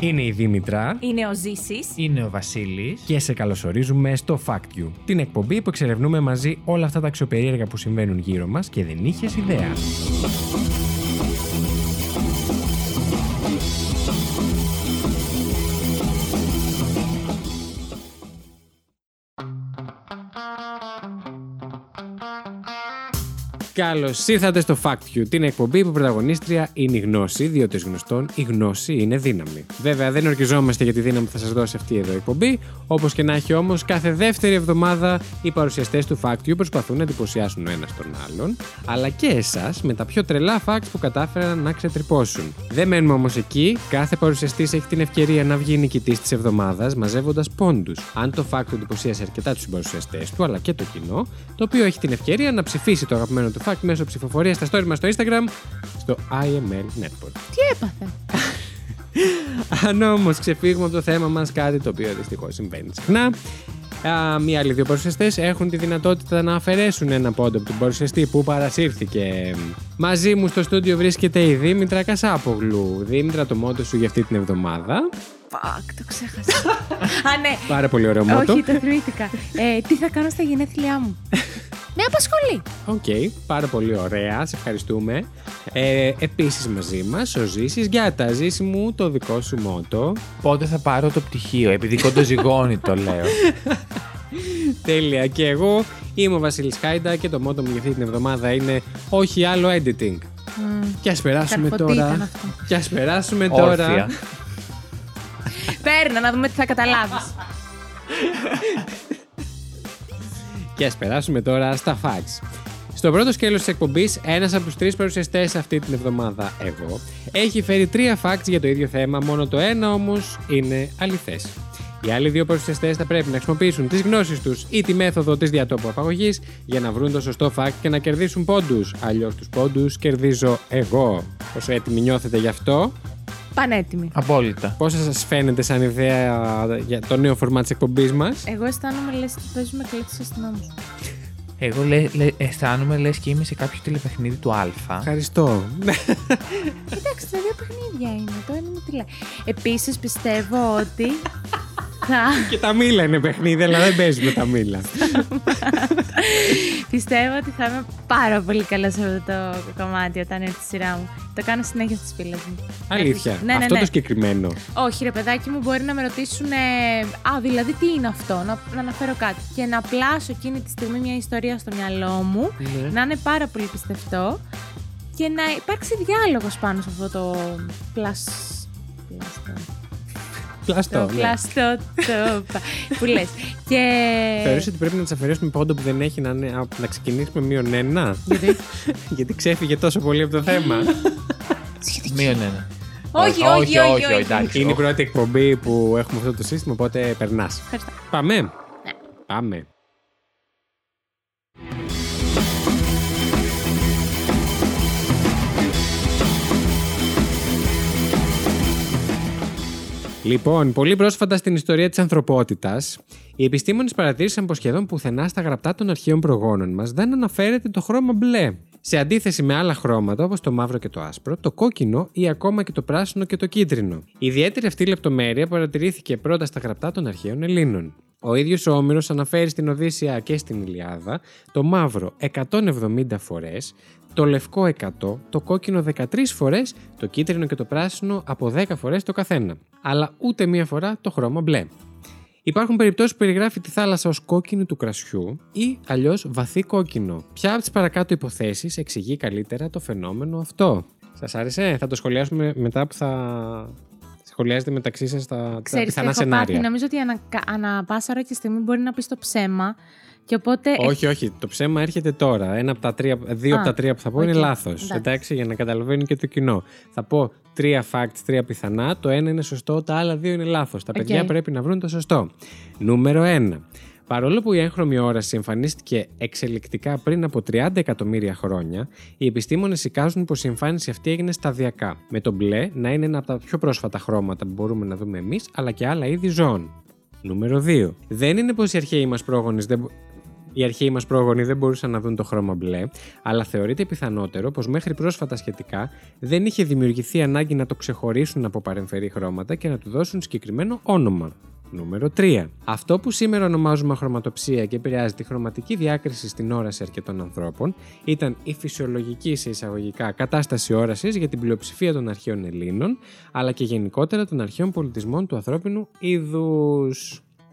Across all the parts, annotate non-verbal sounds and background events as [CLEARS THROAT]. Είναι η Δήμητρα Είναι ο Ζήσης. Είναι ο Βασίλης. και σε καλωσορίζουμε στο Fact You, την εκπομπή που εξερευνούμε μαζί όλα αυτά τα αξιοπερίεργα που συμβαίνουν γύρω μας και δεν είχες ιδέα. Καλώ ήρθατε στο Fact You, την εκπομπή που πρωταγωνίστρια είναι η γνώση, διότι εις γνωστόν η γνώση είναι δύναμη. Βέβαια, δεν ορκιζόμαστε για τη δύναμη που θα σας δώσει αυτή εδώ η εκπομπή. Όπως και να έχει όμως, κάθε δεύτερη εβδομάδα οι παρουσιαστές του Fact You προσπαθούν να εντυπωσιάσουν ο ένας τον άλλον, αλλά και εσάς με τα πιο τρελά facts που κατάφεραν να ξετρυπώσουν. Δεν μένουμε όμως εκεί, κάθε παρουσιαστής έχει την ευκαιρία να βγει νικητής της εβδομάδας μαζεύοντας πόντους. Αν το fact εντυπωσίασε αρκετά τους συμπαρουσιαστές του, αλλά και το κοινό, το οποίο έχει την ευκαιρία να ψηφίσει το αγαπημένο του fact μέσω ψηφοφορίας στα story μας στο Instagram στο IML Network. Τι έπαθε. Αν όμως ξεφύγουμε από το θέμα μας, κάτι το οποίο δυστυχώς συμβαίνει συχνά. Α, μία άλλη δύο παρουσιαστές έχουν τη δυνατότητα να αφαιρέσουν ένα πόντο από τον παρουσιαστή που παρασύρθηκε. Μαζί μου στο στούντιο βρίσκεται η Δήμητρα Κασάπογλου. Δήμητρα, το μότο σου για αυτή την εβδομάδα. Fuck, το ξέχασα. Α, ναι. Πάρα πολύ ωραίο μότο. Όχι, το θυμήθηκα. Ε, τι θα κάνω στα γενέθλιά μου. Με απασχολεί. Οκ, πάρα πολύ ωραία, σε ευχαριστούμε. Ε, Επίσης μαζί μας ο Ζήσης Γιάτα. Ζήση μου, το δικό σου μότο. Πότε θα πάρω το πτυχίο, επειδή κοντοζυγώνει το λέω. Τέλεια. Και εγώ είμαι ο Βασίλης Χάιντα και το μότο μου για αυτή την εβδομάδα είναι Όχι άλλο editing. Και ας περάσουμε Καρφωτή ήταν τώρα. αυτό. Και ας περάσουμε τώρα. Όρθια. Παίρνα να δούμε τι θα καταλάβεις. Και ας περάσουμε τώρα στα facts. Στο πρώτο σκέλος της εκπομπής, ένας από τους τρεις παρουσιαστές αυτή την εβδομάδα, εγώ, έχει φέρει τρία facts για το ίδιο θέμα, μόνο το ένα όμως είναι αληθές. Οι άλλοι δύο παρουσιαστές θα πρέπει να χρησιμοποιήσουν τις γνώσεις τους ή τη μέθοδο της διατόπου απαγωγής για να βρουν το σωστό fact και να κερδίσουν πόντους. Αλλιώς τους πόντους κερδίζω εγώ. Όσο έτοιμοι νιώθετε γι' αυτό, Πανέτοιμη. Απόλυτα. πώς σας φαίνεται σαν ιδέα για το νέο φορμά της εκπομπής μας. Εγώ αισθάνομαι λες και παίζουμε κλέψει αστυνόμους. Εγώ λε, λε, αισθάνομαι λες και είμαι σε κάποιο τηλεπαιχνίδι του Α. [LAUGHS] Ευχαριστώ. Εντάξει, τα δύο παιχνίδια είναι. Το ένα είναι τι λέει. Επίσης πιστεύω ότι. θα... Και τα μήλα είναι παιχνίδι, αλλά δεν παίζουμε τα [LAUGHS] μήλα. Ναι, πιστεύω ότι θα είμαι πάρα πολύ καλός σε αυτό το κομμάτι όταν έρθει η σειρά μου. Το κάνω συνέχεια στις φίλες μου. Αλήθεια. Ναι, ναι, Αυτό ναι. το συγκεκριμένο. Όχι, ρε παιδάκι μου, μπορεί να με ρωτήσουν. ε, α, δηλαδή τι είναι αυτό, να, να αναφέρω κάτι. Και να πλάσω εκείνη τη στιγμή μια ιστορία στο μυαλό μου, Ναι. να είναι πάρα πολύ πιστευτό και να υπάρξει διάλογος πάνω σε αυτό το πλασ... πλαστό. Πλαστό. Το ναι. πλαστό το που λες. Και. Θεωρείς ότι πρέπει να τη αφαιρέσουμε πόντο που δεν έχει να, είναι- α, να ξεκινήσουμε μείον ένα. Γιατί? [LAUGHS] Γιατί ξέφυγε τόσο πολύ από το θέμα. Μείον ένα. Όχι, όχι, όχι, όχι. είναι η πρώτη εκπομπή που έχουμε αυτό το σύστημα, οπότε περνάς. Ευχαριστώ. Ναι. Πάμε. Πάμε. Λοιπόν, πολύ πρόσφατα στην ιστορία της ανθρωπότητας, οι επιστήμονες παρατήρησαν πως σχεδόν πουθενά στα γραπτά των αρχαίων προγόνων μας δεν αναφέρεται το χρώμα μπλε. Σε αντίθεση με άλλα χρώματα όπως το μαύρο και το άσπρο, το κόκκινο ή ακόμα και το πράσινο και το κίτρινο. Η ιδιαίτερη αυτή λεπτομέρεια παρατηρήθηκε πρώτα στα γραπτά των αρχαίων Ελλήνων. Ο ίδιος ο Όμηρος αναφέρει στην Οδύσσια και στην Ιλιάδα το μαύρο 170 φορές, το λευκό 100, το κόκκινο 13 φορές, το κίτρινο και το πράσινο από 10 φορές το καθένα. Αλλά ούτε μία φορά το χρώμα μπλε. Υπάρχουν περιπτώσεις που περιγράφει τη θάλασσα ως κόκκινη του κρασιού ή αλλιώς βαθύ κόκκινο. Ποια από τις παρακάτω υποθέσεις εξηγεί καλύτερα το φαινόμενο αυτό. Σας άρεσε, θα το σχολιάσουμε μετά που θα σχολιάζετε μεταξύ σας τα, τα Ξέρεις, τι πιθανά έχω πάθει. σενάρια. Νομίζω ότι ανα, ανα πάσα ώρα και στιγμή μπορεί να πεις το ψέμα. Και οπότε. Όχι, όχι. Το ψέμα έρχεται τώρα. Ένα από τα τρία, δύο Α, από τα τρία που θα πω οκ. είναι λάθος. Εντάξει. Εντάξει, για να καταλαβαίνει και το κοινό. Θα πω τρία facts, τρία πιθανά. Το ένα είναι σωστό, τα άλλα δύο είναι λάθος. Τα Οκ. παιδιά πρέπει να βρουν το σωστό. Νούμερο 1. Παρόλο που η έγχρωμη όραση εμφανίστηκε εξελικτικά πριν από 30 εκατομμύρια χρόνια, οι επιστήμονες εικάζουν πως η εμφάνιση αυτή έγινε σταδιακά. Με το μπλε να είναι ένα από τα πιο πρόσφατα χρώματα που μπορούμε να δούμε εμείς, αλλά και άλλα είδη ζώων. Νούμερο 2. Δεν είναι πως οι αρχαίοι μας πρόγονες δεν. μπο- Οι αρχαίοι μας πρόγονοι δεν μπορούσαν να δουν το χρώμα μπλε, αλλά θεωρείται πιθανότερο πως μέχρι πρόσφατα σχετικά δεν είχε δημιουργηθεί ανάγκη να το ξεχωρίσουν από παρεμφερή χρώματα και να του δώσουν συγκεκριμένο όνομα. Νούμερο 3. Αυτό που σήμερα ονομάζουμε χρωματοψία και επηρεάζει τη χρωματική διάκριση στην όραση αρκετών ανθρώπων ήταν η φυσιολογική σε εισαγωγικά κατάσταση όρασης για την πλειοψηφία των αρχαίων Ελλήνων, αλλά και γενικότερα των αρχαίων πολιτισμών του ανθρώπινου είδους.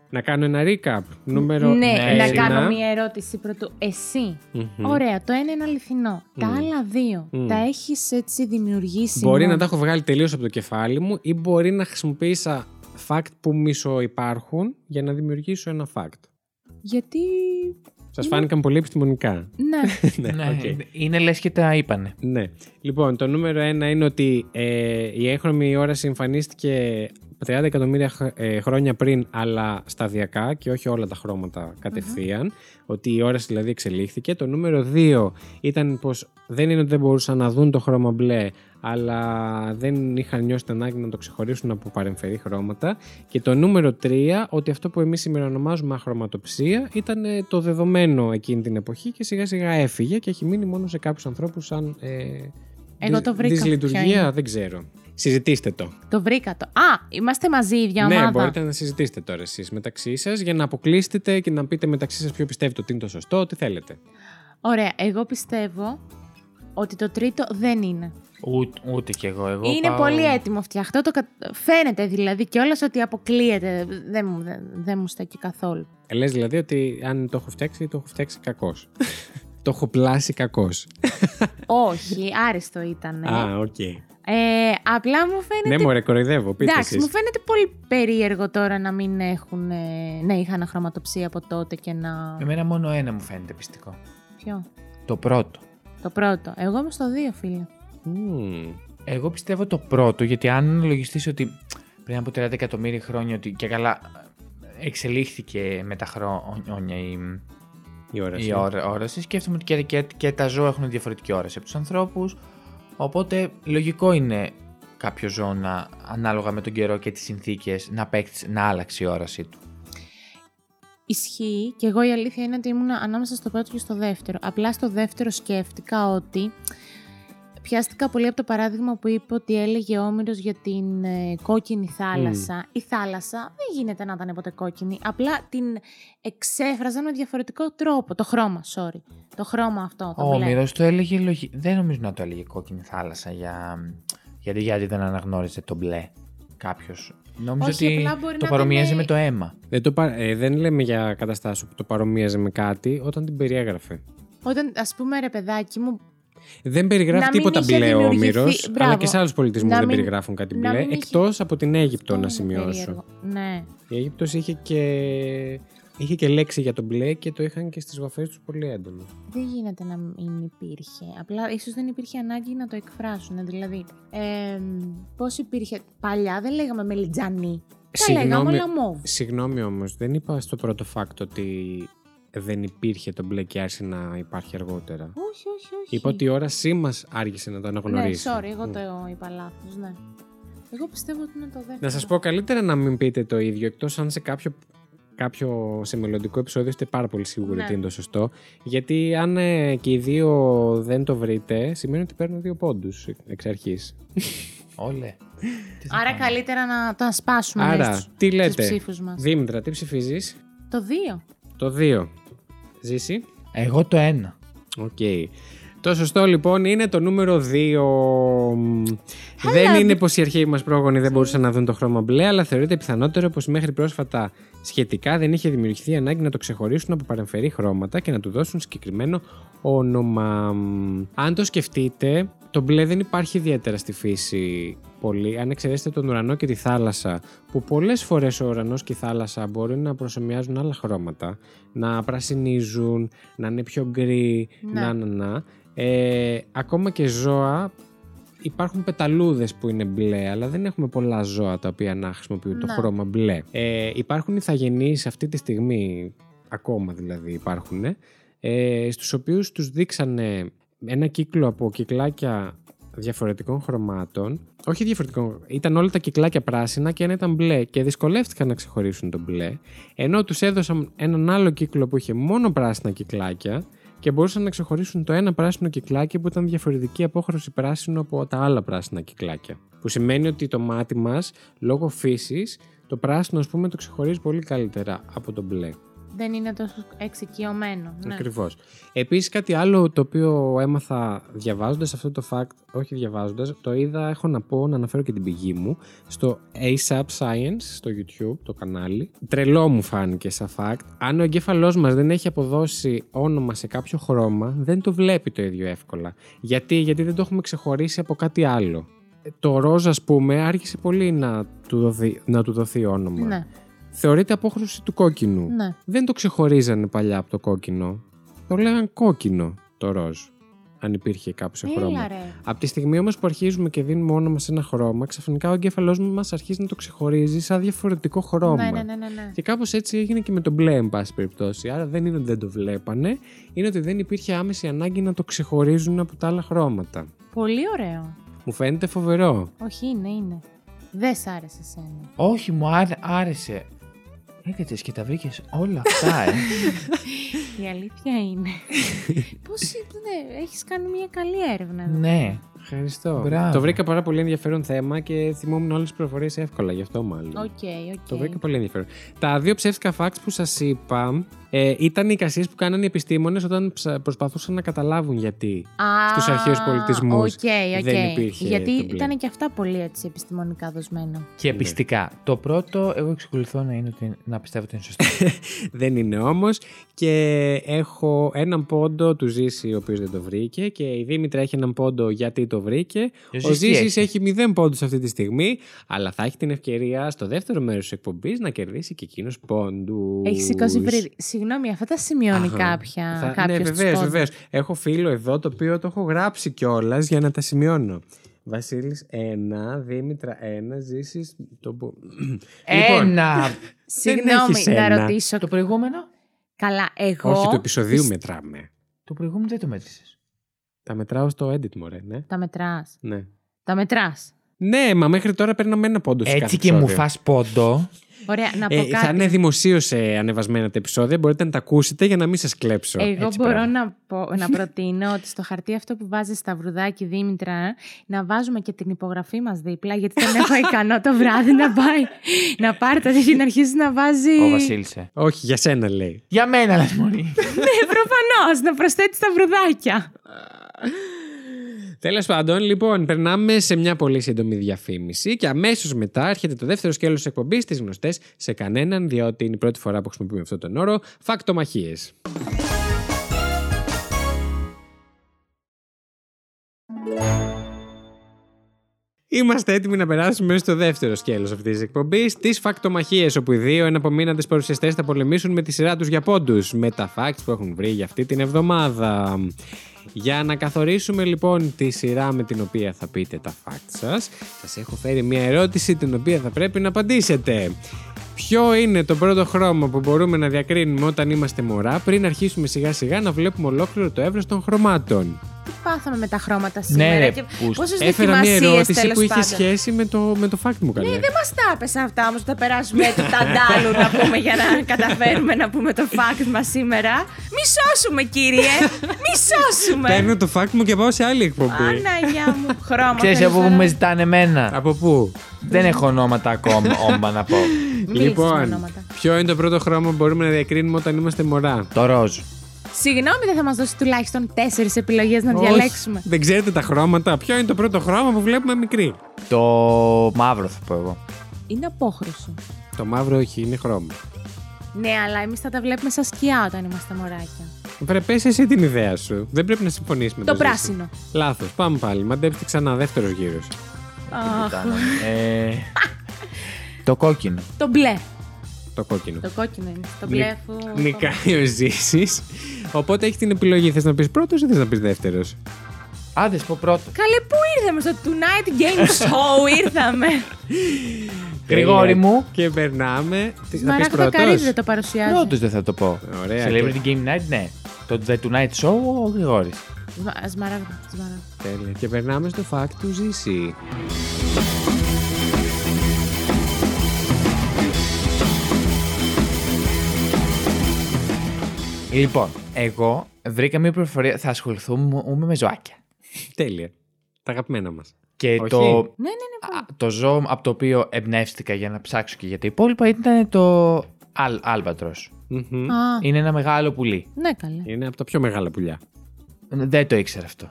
Να κάνω ένα recap. Νούμερο ναι, να ένα. κάνω μία ερώτηση πρωτού. Εσύ. Μμμ. Ωραία, το ένα είναι αληθινό. Τα Μμ. άλλα δύο Μμ. τα έχεις έτσι δημιουργήσει. Μπορεί μόνο. να τα έχω βγάλει τελείως από το κεφάλι μου ή μπορεί να χρησιμοποίησα fact που μισουπάρχουν για να δημιουργήσω ένα fact. Γιατί. Σας φάνηκαν πολύ επιστημονικά. Ναι. [LAUGHS] ναι, ναι, οκ. Είναι λες και τα είπανε. Ναι. Λοιπόν, το νούμερο ένα είναι ότι ε, η έγχρωμη όραση εμφανίστηκε 30 εκατομμύρια χ- ε, χρόνια πριν, αλλά σταδιακά και όχι όλα τα χρώματα κατευθείαν. Ότι η όραση δηλαδή εξελίχθηκε. Το νούμερο 2 ήταν πως δεν είναι ότι δεν μπορούσαν να δουν το χρώμα μπλε, αλλά δεν είχαν νιώσει την ανάγκη να το ξεχωρίσουν από παρεμφερή χρώματα. Και το νούμερο 3, ότι αυτό που εμείς σήμερα ονομάζουμε αχρωματοψία ήταν ε, το δεδομένο εκείνη την εποχή και σιγά σιγά έφυγε και έχει μείνει μόνο σε κάποιους ανθρώπους σαν. Ε, Εγώ το βρήκα. Ποιο είναι? Δυσλειτουργία, δεν ξέρω. Συζητήστε το. Το βρήκα το. Α, είμαστε μαζί η ίδια ναι, ομάδα. μπορείτε να συζητήσετε τώρα εσείς μεταξύ σας για να αποκλείσετε και να πείτε μεταξύ σας ποιο πιστεύετε ότι είναι το σωστό, τι θέλετε. Ωραία, εγώ πιστεύω ότι το τρίτο δεν είναι. Ούτε, ούτε κι εγώ. εγώ είναι πάω- πολύ έτοιμο φτιαχτό. Το κα- Φαίνεται δηλαδή κιόλα ότι αποκλείεται. Δεν μου, δεν, δεν μου στέκει καθόλου. Λες δηλαδή ότι αν το έχω φτιάξει, το έχω φτιάξει κακός. το έχω πλάσει κακός. Όχι, άριστο ήταν. Α, οκ. Ε, απλά μου φαίνεται. Ναι, μωρέ, κοροϊδεύω. Πείτε Εντάξει, μου εσεί. φαίνεται πολύ περίεργο τώρα να μην έχουν. ε, να είχαν χρωματοψία από τότε και να. Ε, Εμένα μόνο ένα μου φαίνεται πιστικό. Ποιο. Το πρώτο. Το πρώτο. Εγώ είμαι στο δύο, φίλε. Εγώ πιστεύω το πρώτο, γιατί αν αναλογιστείς ότι πριν από 30 εκατομμύρια χρόνια ότι και καλά ε, εξελίχθηκε με τα χρόνια η, Η όραση. η όρα- όραση, σκέφτομαι ότι και, και, και τα ζώα έχουν διαφορετική όραση από τους ανθρώπους, οπότε λογικό είναι κάποιο ζώο να, ανάλογα με τον καιρό και τις συνθήκες, να, παίξει, να άλλαξει η όρασή του. Ισχύει και εγώ η αλήθεια είναι ότι ήμουν ανάμεσα στο πρώτο και στο δεύτερο. Απλά στο δεύτερο σκέφτηκα ότι πιάστηκα πολύ από το παράδειγμα που είπε ότι έλεγε ο Όμηρος για την ε, κόκκινη Mm. θάλασσα. Η θάλασσα δεν γίνεται να ήταν ποτέ κόκκινη, απλά την εξέφραζαν με διαφορετικό τρόπο. Το χρώμα, sorry. Το χρώμα αυτό, το Ο μπλε. Όμηρος το έλεγε λογι... Δεν νομίζω να το έλεγε κόκκινη θάλασσα για... γιατί, γιατί δεν αναγνώριζε το μπλε κάποιος. Νόμιζα Όχι, ότι απλά μπορεί το να παρομοιάζει ήταν- με το αίμα. Δεν, το, πα- ε, δεν λέμε για καταστάσεις που το παρομοίαζε με κάτι όταν την περιέγραφε. Όταν, ας πούμε, ρε παιδάκι μου, Δεν περιγράφει Να μην τίποτα είχε μπλε ο δημιουργηθεί- Όμηρος, αλλά Μπράβο. και σε άλλους πολιτισμούς Να δεν μην- περιγράφουν κάτι να μπλε. μην είχε- Εκτός από την Αίγυπτο, αυτό να είναι σημειώσω. περίεργο. Ναι. Η Αίγυπτος είχε και... είχε και λέξη για τον μπλε και το είχαν και στις βαφές τους πολύ έντονο. Δεν γίνεται να μην υπήρχε. Απλά ίσως δεν υπήρχε ανάγκη να το εκφράσουν. Δηλαδή, ε, πώς υπήρχε. Παλιά δεν λέγαμε μελιτζανί. Τα λέγαμε όλα μόβ. Συγγνώμη όμως, δεν είπα στο πρώτο φάκτο ότι δεν υπήρχε το μπλε και άρχισε να υπάρχει αργότερα. Όχι, όχι, όχι. Είπα ότι η όρασή μας άργησε να το Ναι, αναγνωρίσει. sorry, εγώ Μμ. το είπα λάθος, ναι. Εγώ πιστεύω ότι είναι το δεύτερο. Να σας πω καλύτερα να μην πείτε το ίδιο, εκτός αν σε κάποιο, κάποιο σε μελλοντικό επεισόδιο είστε πάρα πολύ σίγουροι Ναι. ότι είναι το σωστό. Γιατί αν ε, και οι δύο δεν το βρείτε, σημαίνει ότι παίρνω δύο πόντους εξ αρχής. Όλε. Άρα καλύτερα να τα σπάσουμε Άρα, μέσα τι στου λέτε. ψήφους μας. Δήμητρα, τι ψηφίζεις? Το δύο. Το 2. Ζήσει. Εγώ το ένα. Οκ. Το σωστό λοιπόν είναι το νούμερο 2. Δεν είναι πως οι αρχαίοι μας πρόγονοι δεν μπορούσαν να δουν το χρώμα μπλε, αλλά θεωρείται πιθανότερο πως μέχρι πρόσφατα σχετικά δεν είχε δημιουργηθεί ανάγκη να το ξεχωρίσουν από παρεμφερή χρώματα και να του δώσουν συγκεκριμένο όνομα. Αν το σκεφτείτε, το μπλε δεν υπάρχει ιδιαίτερα στη φύση πολύ. Αν εξαιρέσετε τον ουρανό και τη θάλασσα, που πολλές φορές ο ουρανός και η θάλασσα μπορεί να προσωμιάζουν άλλα χρώματα, να πρασινίζουν, να είναι πιο γκρι, Ναι. να να να. Ε, ακόμα και ζώα υπάρχουν πεταλούδες που είναι μπλε, αλλά δεν έχουμε πολλά ζώα τα οποία να χρησιμοποιούν το Ναι. χρώμα μπλε. Ε, υπάρχουν ηθαγενείς αυτή τη στιγμή, ακόμα δηλαδή υπάρχουν, ε, στους οποίους τους δείξανε ένα κύκλο από κυκλάκια διαφορετικών χρωμάτων. Όχι διαφορετικών. Ήταν όλα τα κυκλάκια πράσινα και ένα ήταν μπλε. Και δυσκολεύτηκαν να ξεχωρίσουν το μπλε. Ενώ τους έδωσαν έναν άλλο κύκλο που είχε μόνο πράσινα κυκλάκια και μπορούσαν να ξεχωρίσουν το ένα πράσινο κυκλάκι που ήταν διαφορετική απόχρωση πράσινου από τα άλλα πράσινα κυκλάκια. Που σημαίνει ότι το μάτι μας, λόγω φύσης, το πράσινο, ας πούμε, το ξεχωρίζει πολύ καλύτερα από το μπλε. Δεν είναι τόσο εξοικειωμένο. Ναι. Ακριβώς. Επίσης, κάτι άλλο το οποίο έμαθα διαβάζοντας αυτό το fact, όχι διαβάζοντας, το είδα, έχω να πω, να αναφέρω και την πηγή μου, στο ASAP Science στο YouTube, το κανάλι. Τρελό μου φάνηκε σαν fact. Αν ο εγκέφαλός μας δεν έχει αποδώσει όνομα σε κάποιο χρώμα, δεν το βλέπει το ίδιο εύκολα. Γιατί, Γιατί δεν το έχουμε ξεχωρίσει από κάτι άλλο. Ε, Το ροζ, ας πούμε, άρχισε πολύ να του δοθεί, να του δοθεί όνομα. Ναι. Θεωρείται απόχρωση του κόκκινου. ναι. Δεν το ξεχωρίζανε παλιά από το κόκκινο. Το λέγαν κόκκινο το ροζ. Αν υπήρχε κάπου σε χρώμα. Έλα ρε. Από τη στιγμή όμως που αρχίζουμε και δίνουμε όνομα σε ένα χρώμα, ξαφνικά ο εγκέφαλός μας αρχίζει να το ξεχωρίζει σαν διαφορετικό χρώμα. Ναι, ναι, ναι, ναι, ναι. Και κάπως έτσι έγινε και με το μπλε, εν πάση περιπτώσει. Άρα δεν είναι ότι δεν το βλέπανε, είναι ότι δεν υπήρχε άμεση ανάγκη να το ξεχωρίζουν από τα άλλα χρώματα. Πολύ ωραίο. Μου φαίνεται φοβερό. Όχι, είναι, είναι. Δεν σ' άρεσε σένα. Όχι, μου άρε- άρεσε. Έκατσε και τα βρήκες όλα αυτά, [LAUGHS] ε. Η αλήθεια [LAUGHS] είναι. Πώς ναι, έχεις κάνει μια καλή έρευνα. εδώ. ναι. Ευχαριστώ. Μπράβο. Το βρήκα πάρα πολύ ενδιαφέρον θέμα και θυμόμουν όλες τις πληροφορίε εύκολα, γι' αυτό μάλλον. Οκ, οκ. Το βρήκα πολύ ενδιαφέρον. Τα δύο ψεύτικα facts που σας είπα ε, ήταν οι εικασίες που κάνανε οι επιστήμονες όταν ψα- προσπαθούσαν να καταλάβουν γιατί. Α, στους αρχαίους πολιτισμούς οκ, οκ. δεν υπήρχε Γιατί το μπλε. ήταν και αυτά πολύ έτσι επιστημονικά δοσμένα. Και πιστικά. Το πρώτο, εγώ εξακολουθώ να, είναι ότι, να πιστεύω ότι είναι σωστό. Δεν είναι όμως. Και έχω έναν πόντο του Ζήση, ο οποίος δεν το βρήκε. Και η Δήμητρα έχει έναν πόντο γιατί το βρήκε. Ο Ζήσης τι Ζήσης έχει 0 πόντους αυτή τη στιγμή. Αλλά θα έχει την ευκαιρία στο δεύτερο μέρος της εκπομπής να κερδίσει και εκείνος πόντους. Έχεις σηκώσει βρύδι. Συγγνώμη, αυτά τα σημειώνει Αχα. κάποια. Θα- κάποιος ναι, στους βεβαίως, πόντους. βεβαίω. Έχω φίλο εδώ το οποίο το έχω γράψει κιόλας για να τα σημειώνω. Βασίλης 1, Δήμητρα 1, Ζήσης το [CLEARS THROAT] Λοιπόν, που... Ένα! Συγγνώμη, έχεις να ένα. ρωτήσω. το προηγούμενο. Καλά, εγώ. Όχι, του επεισοδίου πισ- μετράμε. Το προηγούμενο δεν το μέτρησες. Τα μετράω στο edit, μωρέ, ναι. Τα μετράς. Ναι, Τα μετράς. ναι ναι μα μέχρι τώρα παίρναμε ένα πόντο σε κάθε Έτσι και μου επεισόδιο. φας πόντο. Ωραία, να πω Ε, κάτι. θα είναι δημοσίως ανεβασμένα τα επεισόδια. Μπορείτε να τα ακούσετε για να μην σας κλέψω. Εγώ Έτσι μπορώ πράγμα. να, πω, να προτείνω ότι στο χαρτί αυτό που βάζεις στα βρουδάκι Δήμητρα να βάζουμε και την υπογραφή μας δίπλα γιατί δεν έχω ικανό το βράδυ να πάει να πάρει τα στοιχεία να αρχίσει να βάζει Ο Βασίλισσα. Όχι, για σένα λέει. Για μένα, λες μωρή. ναι προφανώς να προσθέτεις τα βρουδάκια Τέλος πάντων, λοιπόν, περνάμε σε μια πολύ σύντομη διαφήμιση και αμέσως μετά έρχεται το δεύτερο σκέλος της εκπομπής στι γνωστές σε κανέναν, διότι είναι η πρώτη φορά που χρησιμοποιούμε αυτόν τον όρο. Φακτομαχίες. Είμαστε έτοιμοι να περάσουμε στο δεύτερο σκέλος αυτής της εκπομπής, τις φακτομαχίες, όπου οι δύο εναπομείναντες παρουσιαστές θα πολεμήσουν με τη σειρά τους για πόντους, με τα facts που έχουν βρει για αυτή την εβδομάδα. Για να καθορίσουμε λοιπόν τη σειρά με την οποία θα πείτε τα facts σας, σας έχω φέρει μια ερώτηση την οποία θα πρέπει να απαντήσετε. Ποιο είναι το πρώτο χρώμα που μπορούμε να διακρίνουμε όταν είμαστε μωρά πριν αρχίσουμε σιγά σιγά να βλέπουμε ολόκληρο το έβρος των χρωμάτων. τι πάθαμε με τα χρώματα Ναι, σήμερα ρε, και που πόσες Έφερα μια δοκιμασίες ερώτηση τέλος που είχε πάντων Ναι, σχέση με το, με το fact μου καλέ. δεν μας τα έπεσε αυτά όμως που τα περάσουμε του ταντάλου να πούμε για να καταφέρουμε να πούμε το fact μας σήμερα. Μη σώσουμε κύριε, μη σώσουμε. Παίρνω το fact μου και πάω σε άλλη εκπομπή. ναι. Αναγιά [LAUGHS] μου, χρώμα. Ξέρεις θέλεις από να πού με ρωτήσεις ζητάνε εμένα. Από πού? Δεν έχω ονόματα ακόμα, όμπα να πω. με Λοιπόν, ονόματα. ποιο είναι το πρώτο χρώμα που μπορούμε να διακρίνουμε όταν είμαστε μωρά. Το ροζ. Συγγνώμη, δεν θα μας δώσει τουλάχιστον τέσσερις επιλογές να διαλέξουμε. Όχι, δεν ξέρετε τα χρώματα. Ποιο είναι το πρώτο χρώμα που βλέπουμε μικρή. Το μαύρο θα πω εγώ. Είναι απόχρωση. Το μαύρο όχι, είναι χρώμα. Ναι, αλλά εμείς θα τα βλέπουμε σαν σκιά όταν είμαστε μωράκια. Βρε, πες εσύ την ιδέα σου. Δεν πρέπει να συμφωνήσει με Το το, πράσινο. Λάθος. Πάμε πάλι. Μαντέψτε ξανά. Δεύτερο γύρος. Αχ, Ε, Το κόκκινο. το μπλε. Το κόκκινο. Το κόκκινο είναι. Το Νι- μπλε αφού. Νικάει ο Ζήσης. Οπότε έχει την επιλογή. Θες να πεις πρώτος ή θες να πεις δεύτερος. Άντε, σου πω πρώτο. Καλέ, πού ήρθαμε στο Tonight Game [LAUGHS] Show, ήρθαμε. Γρηγόρη μου. Και περνάμε. Τι- Θα πεις Μαράκο το πρώτο. καρύδι δεν το παρουσιάζεις. Πρώτος δεν θα το πω. Ωραία. Celebrity Game Night, ναι. Το The Tonight Show, ο Γρηγόρης. Σμα- Σμαράγδα. σμαράγδα. Τέλεια. Και περνάμε στο fact του Ζήση. Λοιπόν, εγώ βρήκα μια πληροφορία. Θα ασχοληθούμε με ζωάκια. Τέλεια. Τα αγαπημένα μας. Και Όχι. το, Ναι, ναι, ναι. α, το ζώο από το οποίο εμπνεύστηκα για να ψάξω και για τα υπόλοιπα ήταν το αλ, άλβατρος. Μμμ. ναι. Α, Είναι ένα μεγάλο πουλί. ναι, καλέ. Είναι από τα πιο μεγάλα πουλιά. Δεν το ήξερα αυτό.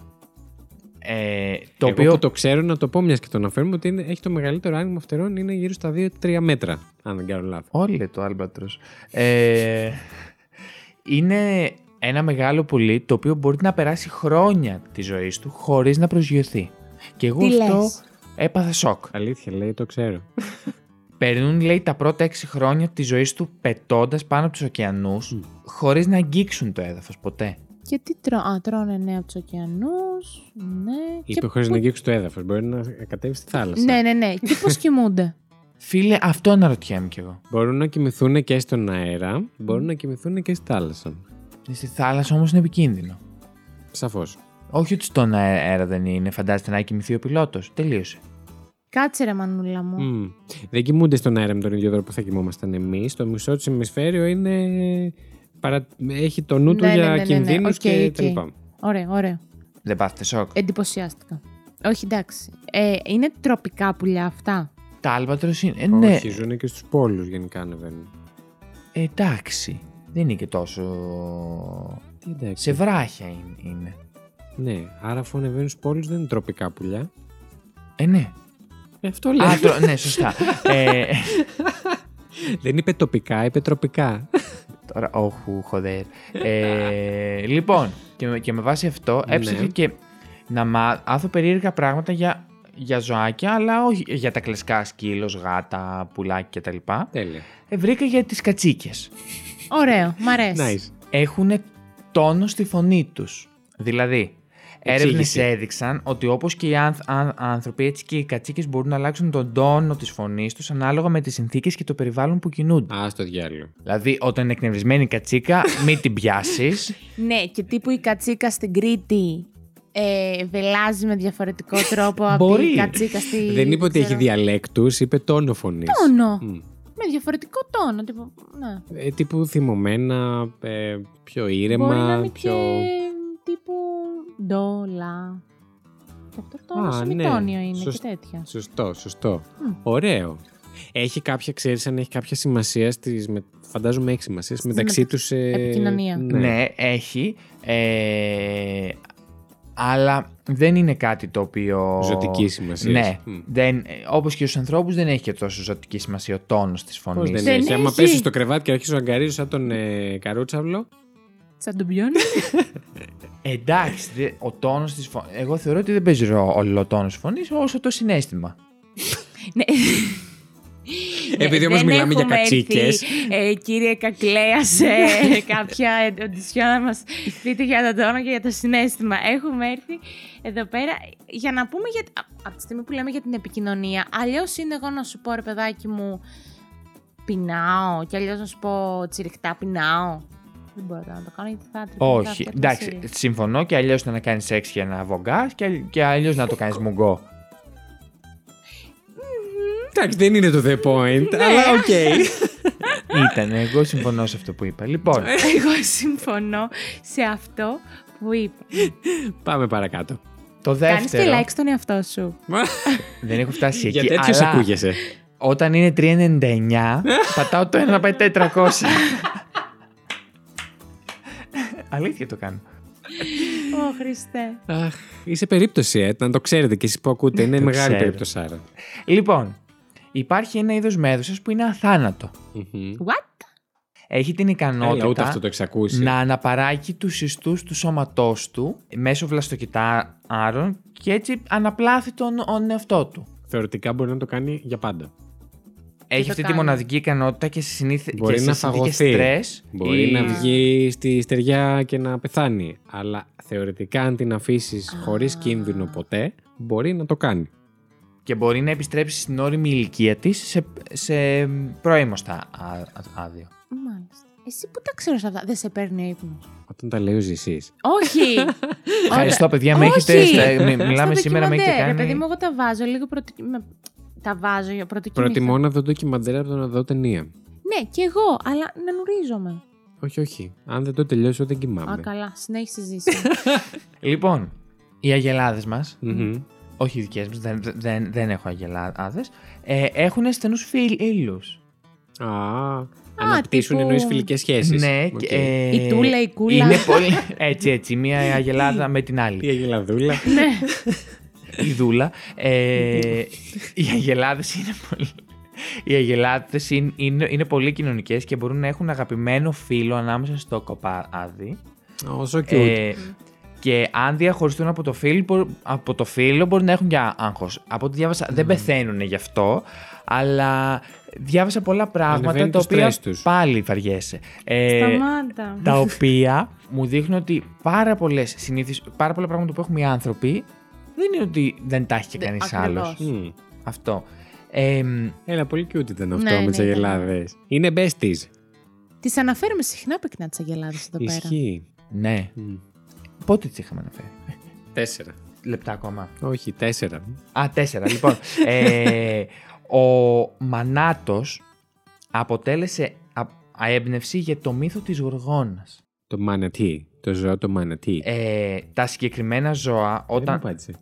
Ε, το Εγώ οποίο που το ξέρω να το πω μιας και το αναφέρουμε ότι είναι, έχει το μεγαλύτερο άνοιγμα φτερών είναι γύρω στα 2-3 μέτρα. Αν δεν κάνω λάθος. Όλοι το Άλμπατρος. Ε, είναι ένα μεγάλο πουλί το οποίο μπορεί να περάσει χρόνια τη ζωής του χωρίς να προσγειωθεί. Και εγώ Τι αυτό λες? έπαθα σοκ. Αλήθεια λέει, το ξέρω. Περνούν λέει τα πρώτα έξι χρόνια της ζωής του πετώντας πάνω από τους ωκεανούς χωρίς να αγγίξουν το έδαφος ποτέ. Και τι τρώ... Α, τρώνε ναι από τους ωκεανούς. Ναι. Είπε και... χωρί να αγγίξει το έδαφος. Μπορεί να κατέβει στη θάλασσα. Ναι, ναι, ναι. Και πώς κοιμούνται. Φίλε, αυτό αναρωτιέμαι κι εγώ. Μπορούν να κοιμηθούν και στον αέρα, μπορούν να κοιμηθούν και στη θάλασσα. Στη θάλασσα όμως είναι επικίνδυνο. Σαφώς. Όχι ότι στον αέρα δεν είναι, φαντάζεται να έχει κοιμηθεί ο πιλότος. Τελείωσε. Κάτσε ρε μανούλα μου. Δεν κοιμούνται στον αέρα με τον ίδιο τρόπο που θα κοιμόμασταν εμείς. Το μισό του ημισφαίριο είναι. παρα- Έχει το νου του Ναι, ναι, για ναι, ναι, ναι. κινδύνους Οκ, και οκ. τα λοιπά. Ωραίο, ωραίο. Δεν πάθετε σοκ. Ε, Εντυπωσιάστηκα. Όχι, εντάξει. Ε, είναι τροπικά πουλιά αυτά. Τα άλμπατρος είναι... ε, ναι, Όχι, ζουν και στους πόλους γενικά ανεβαίνουν. Εντάξει. Δεν είναι και τόσο. Τι εντάξει. Σε βράχια είναι- είναι. Ναι, άρα αφού ανεβαίνουν στους πόλους δεν είναι τροπικά πουλιά. Ε, ναι. Ε, αυτό λέω. Α, τρο- ναι, σωστά. ε, δεν είπε τοπικά, είπε τροπικά. τώρα, όχου, χοδέρ. Ε, λοιπόν, και, με- και με βάση αυτό Ναι. έψαχα και να μάθω περίεργα πράγματα για, για ζωάκια, αλλά όχι για τα κλασικά σκύλος, γάτα, πουλάκι κτλ. Τέλεια. Ε, βρήκα για τις κατσίκες. Ωραίο, μ' αρέσει. Nice. έχουν τόνο στη φωνή τους. Δηλαδή, έρευνε Εξήγηση. έδειξαν ότι όπως και οι άνθ- αν- άνθρωποι, έτσι και οι κατσίκες μπορούν να αλλάξουν τον τόνο της φωνής τους ανάλογα με τις συνθήκες και το περιβάλλον που κινούνται. Ας, στο διάλογο. Δηλαδή, όταν είναι εκνευρισμένη η κατσίκα, μην την πιάσεις. Ναι, και τύπου η κατσίκα στην Κρήτη ε, βελάζει με διαφορετικό τρόπο από Μπορεί. την κατσίκα στη. Δεν είπε ότι έχει διαλέκτους, είπε τόνο φωνής. τόνο. Μμ. Με διαφορετικό τόνο. Τύπου, ναι. Ε, τύπου θυμωμένα, ε, πιο Μπορεί να ήρεμα, είναι πιο. και τύπου ντόλα. Και αυτό το τόνο Α, συμμετόνιο ναι. είναι Σωσ- και τέτοια. Σωστό, σωστό. Μμ. Ωραίο. Έχει κάποια, ξέρεις αν έχει κάποια σημασία στις, με... φαντάζομαι έχει σημασία, μεταξύ μετα- τους... ε, επικοινωνία. Ναι. ναι. έχει. Ε, αλλά δεν είναι κάτι το οποίο... Ζωτική σημασία. Ναι, Μμ. δεν, όπως και στους ανθρώπους δεν έχει και τόσο ζωτική σημασία ο τόνος της Πώς φωνής. δεν Δεν έχει. Άμα έχει. πέσεις στο κρεβάτι και αρχίσεις να αγκαρίζεις σαν τον ε, καρούτσαυλο, Σαν τον πιόνι. Εντάξει, δε- ο τόνος της φωνή. Εγώ θεωρώ ότι δεν παίζει ρόλο ο τόνος της φωνής όσο το συνέστημα. Ναι. Επειδή όμως Δεν μιλάμε για έχουμε κατσίκες. έρθει, Ε, κύριε Κακλέα, [LAUGHS] σε κάποια οντισιό να μας πείτε για τον τόνο και για το συνέστημα. Έχουμε έρθει εδώ πέρα για να πούμε. Για... α, Από τη στιγμή που λέμε για την επικοινωνία, αλλιώς είναι εγώ να σου πω, ρε παιδάκι μου, πεινάω, και αλλιώς να σου πω τσιριχτά πεινάω. Δεν μπορώ τώρα να το κάνω γιατί θα τρυπήσω. Όχι. Εντάξει, συμφωνώ και αλλιώς να κάνεις σεξ για να βογκάς και, αλλι- και αλλιώς να το κάνεις μουγκό. εντάξει δεν είναι το the point, Ναι. αλλά Ναι, οκ. Ήταν, Ναι. εγώ συμφωνώ σε αυτό που είπα. Λοιπόν, [LAUGHS] Ε, Εγώ συμφωνώ σε αυτό που είπα. Πάμε παρακάτω. το Κάνεις και δεύτερο. like στον εαυτό σου. Δεν έχω φτάσει εκεί. για τέτοιος αλλά ακούγεσαι. Όταν είναι 3,99, [LAUGHS] πατάω το ένα να πάει 400. Αλήθεια το κάνω. Ω Χριστέ. Αχ, είσαι περίπτωση, ε, να το ξέρετε και εσείς που ακούτε, είναι Το μεγάλη ξέρω. περίπτωση άρα. Λοιπόν, υπάρχει ένα είδος μέδουσας που είναι αθάνατο. Μμμ. What? Έχει την ικανότητα. Έλα, ούτε αυτό το έχεις ακούσει. να αναπαράγει τους ιστούς του σώματός του μέσω βλαστοκυτάρων και έτσι αναπλάθει τον τον εαυτό του. Θεωρητικά μπορεί να το κάνει για πάντα. Έχει το αυτή τη κάνει. μοναδική ικανότητα και σε, συνήθε... Μπορεί και σε να συνθήκες φαγωθεί. στρες Μπορεί ή- να βγει στη στεριά και να πεθάνει. Αλλά θεωρητικά, αν την αφήσεις χωρίς κίνδυνο ποτέ, μπορεί να το κάνει. και μπορεί να επιστρέψει στην όριμη ηλικία της σε, σε πρώιμοστα άδειο. Μάλιστα. Εσύ που τα ξέρεις αυτά, δεν σε παίρνει ο ύπνος. Όταν τα λέω εσεί. [LAUGHS] Όχι! Ευχαριστώ, παιδιά. Με Όχι! έχετε. στα- μι- Στα Μιλάμε σήμερα, με έχετε ντοκιμαντέρ, κάνει. Ρε παιδί μου, εγώ τα βάζω λίγο προτι... με- Τα βάζω για πρώτη Προτιμώ να δω ντοκιμαντέρ από το να δω ταινία. Ναι, και εγώ, αλλά να νουρίζομαι. Όχι, όχι. Αν δεν το τελειώσω, δεν Α, κοιμάμαι. καλά, συνέχισε ζήσει. Λοιπόν, οι αγελάδες μας, Μμμ. όχι οι δικές μας, δεν, δεν, δεν έχω αγελάδες, ε, έχουν στενούς φίλου. Α, αναπτύσσουν τύπου- εννοείς φιλικές σχέσεις. Ναι, και, ε, Η τούλα, η κούλα. Είναι πολύ. Έτσι, έτσι. Μία αγελάδα με την άλλη. Η αγελαδούλα. ναι. η δούλα. Ε, οι αγελάδες είναι πολύ. Οι αγελάδες είναι, είναι, είναι πολύ κοινωνικές και μπορούν να έχουν αγαπημένο φίλο ανάμεσα στο κοπάδι. Όσο cute. Ε, και αν διαχωριστούν από το, φίλο, μπο- από το φίλο, μπορεί να έχουν και άγχος. Από ό,τι διάβασα, Mm. δεν πεθαίνουν γι' αυτό, αλλά διάβασα πολλά πράγματα Ανεβαίνει τα το οποία stress τους. πάλι βαριέσαι. Ε, Σταμάτα. τα οποία μου δείχνουν ότι πάρα πολλές συνήθειε, πάρα πολλά πράγματα που έχουμε οι άνθρωποι, δεν είναι ότι δεν τα έχει και Δε- κανείς ακριβώς. άλλος. Μμ. Αυτό. Ε, μ, Έλα, πολύ cute ήταν αυτό Ναι, με ναι, τις ήταν. αγελάδες. Είναι besties. Τις αναφέρουμε συχνά πυκνά τις αγελάδες εδώ πέρα. Ισχύει. ναι. Μμ. Πότε τις είχαμε αναφέρει. Τέσσερα. Λεπτά ακόμα. Όχι, τέσσερα. Α, τέσσερα. λοιπόν, ε, ο Μανάτος αποτέλεσε α- αέμπνευση για το μύθο της Γοργόνας. Το μανατί. Το ζώο το μανατί. Ε, τα συγκεκριμένα ζώα Δεν Ε, μου όταν... απάντησε.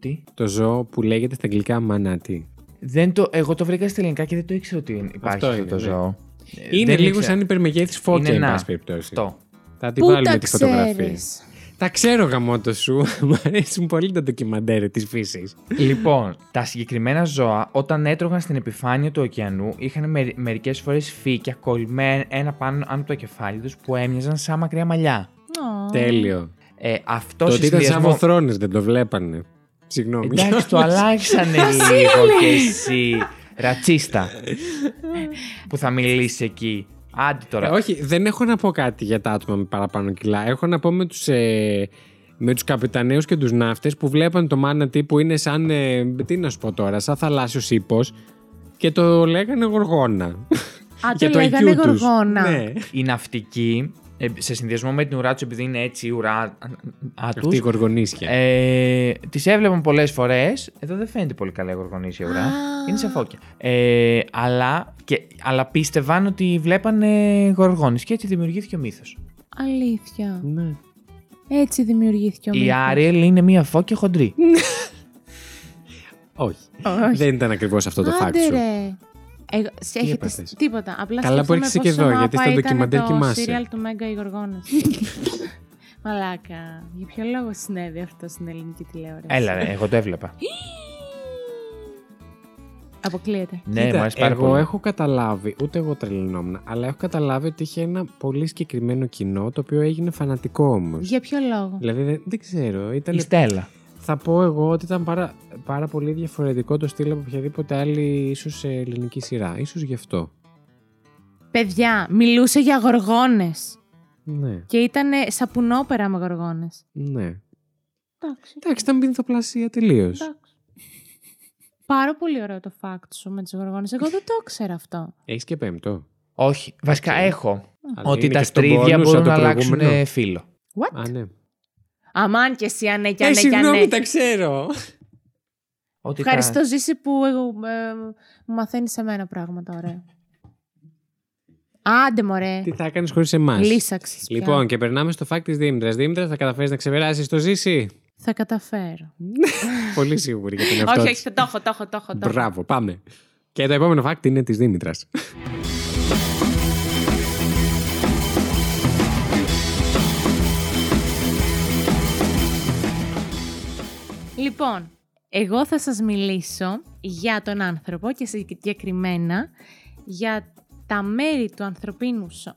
Τι? Το ζώο που λέγεται στα αγγλικά μανατί. Δεν το... Εγώ το βρήκα στα ελληνικά και δεν το ήξερα ότι υπάρχει Αυτό αυτό, είναι, το ναι. ζώο. Ε, Είναι δεν λίγο ήξερα. σαν υπερμεγέθης φώκια, Είναι εν ένα. πάση περιπτώσει. Αυτό. Θα τη Πού τα βάλουμε τη φωτογραφία. ξέρεις? Τα ξέρω γαμότο σου. [LAUGHS] Μου αρέσουν πολύ τα ντοκιμαντέρ της φύσης. λοιπόν, τα συγκεκριμένα ζώα όταν έτρωγαν στην επιφάνεια του ωκεανού είχαν με, μερικές φορές φύκια κολλημένα ένα πάνω άνω το κεφάλι τους που έμοιαζαν σαν μακριά μαλλιά. Ω. Τέλειο. Ε, Το αυτό ότι ήταν σαν συνδυασμό- βοθρόνε, δεν το βλέπανε. Συγγνώμη. [LAUGHS] Εντάξει, το αλλάξανε λίγο κι εσύ. Ρατσίστα. που θα μιλήσει εκεί. Άντε Ε, τώρα. Όχι, δεν έχω να πω κάτι για τα άτομα με παραπάνω κιλά. Έχω να πω με τους, ε, με τους καπεταναίους και τους ναύτες που βλέπαν το μάνατι που είναι σαν, ε, τι να σου πω τώρα, σαν θαλάσσιος ύπος και το λέγανε γοργόνα. [LAUGHS] Α, το Για λέγανε IQ τους. γοργόνα. Ναι. Η ναυτική, ε, σε συνδυασμό με την ουρά τους, επειδή είναι έτσι η ουρά α, Αυτή η τους, γοργονίσια. ε, τις έβλεπαν πολλές φορές. Εδώ δεν φαίνεται πολύ καλά η γοργονήσια ουρά. Α. Είναι σε φώκια. Ε, αλλά, και, αλλά πίστευαν ότι βλέπανε γοργόνες και έτσι δημιουργήθηκε ο μύθος. Αλήθεια. Ναι. Έτσι δημιουργήθηκε ο Η μύθος. Άριελ είναι μία φώκια χοντρή. Όχι. Όχι. Δεν ήταν ακριβώς αυτό το φάξο. Άντε ρε. Εγώ, σε έχετε έπαθες? σ- τίποτα. Απλά Καλά που σκεφτόμαι έρχεσαι και πόσο εδώ, γιατί μάπα στο ήταν ντοκιμαντέρ το κοιμάσαι. serial του Μέγκα οι Γοργόνες. [LAUGHS] Μαλάκα. Για ποιο λόγο συνέβη αυτό στην ελληνική τηλεόραση. Έλα, ρε, εγώ [LAUGHS] το έβλεπα. Αποκλείεται. ναι, Κοίτα, μου αρέσει πάρα εγώ πολύ. έχω καταλάβει, ούτε εγώ τρελαινόμουν, αλλά έχω καταλάβει ότι είχε ένα πολύ συγκεκριμένο κοινό το οποίο έγινε φανατικό όμως. Για ποιο λόγο. Δηλαδή δεν, δεν ξέρω, ήταν Η Στέλλα. Θα πω εγώ ότι ήταν πάρα, πάρα πολύ διαφορετικό το στυλ από οποιαδήποτε άλλη ίσως ε, ελληνική σειρά. Ίσως γι' αυτό. Παιδιά, μιλούσε για γοργόνες. Ναι, Και ήταν σαπουνόπερα με γοργόνες. ναι. Εντάξει. Εντάξει, ήταν πινθοπλασία τελείως. εντάξει. Πάρα πολύ ωραίο το fact σου με τις γοργόνες. Εγώ δεν το ήξερα αυτό. Έχεις και πέμπτο. Όχι. Βασικά Οκ. έχω. Αλλά ότι είναι τα και στον στρίδια bonus μπορούν από να το αλλάξουν προηγούμενο. ε, φύλλο. What? Α, ναι. Αμάν και εσύ, ανέ και ναι. Ε, ανέ και συγγνώμη, ανέ. τα ξέρω. Ότι τα- Ευχαριστώ Ζήση που εγώ, ε, μου μαθαίνεις εμένα πράγματα, ωραία. Άντε μωρέ, Τι θα έκανε χωρίς εμάς. λύσαξες πια. Λοιπόν, και περνάμε στο φακ της Δήμητρας. Δήμητρα, θα καταφέρεις να ξεπεράσεις το ζήσει. Θα καταφέρω. Πολύ σίγουρη για τον εαυτό όχι, της. όχι, το έχω, το έχω, το έχω. το έχω. Μπράβο, πάμε. Και το επόμενο fact είναι της Δήμητρας. Λοιπόν, εγώ θα σας μιλήσω για τον άνθρωπο και συγκεκριμένα για τα μέρη του ανθρωπίνου σω...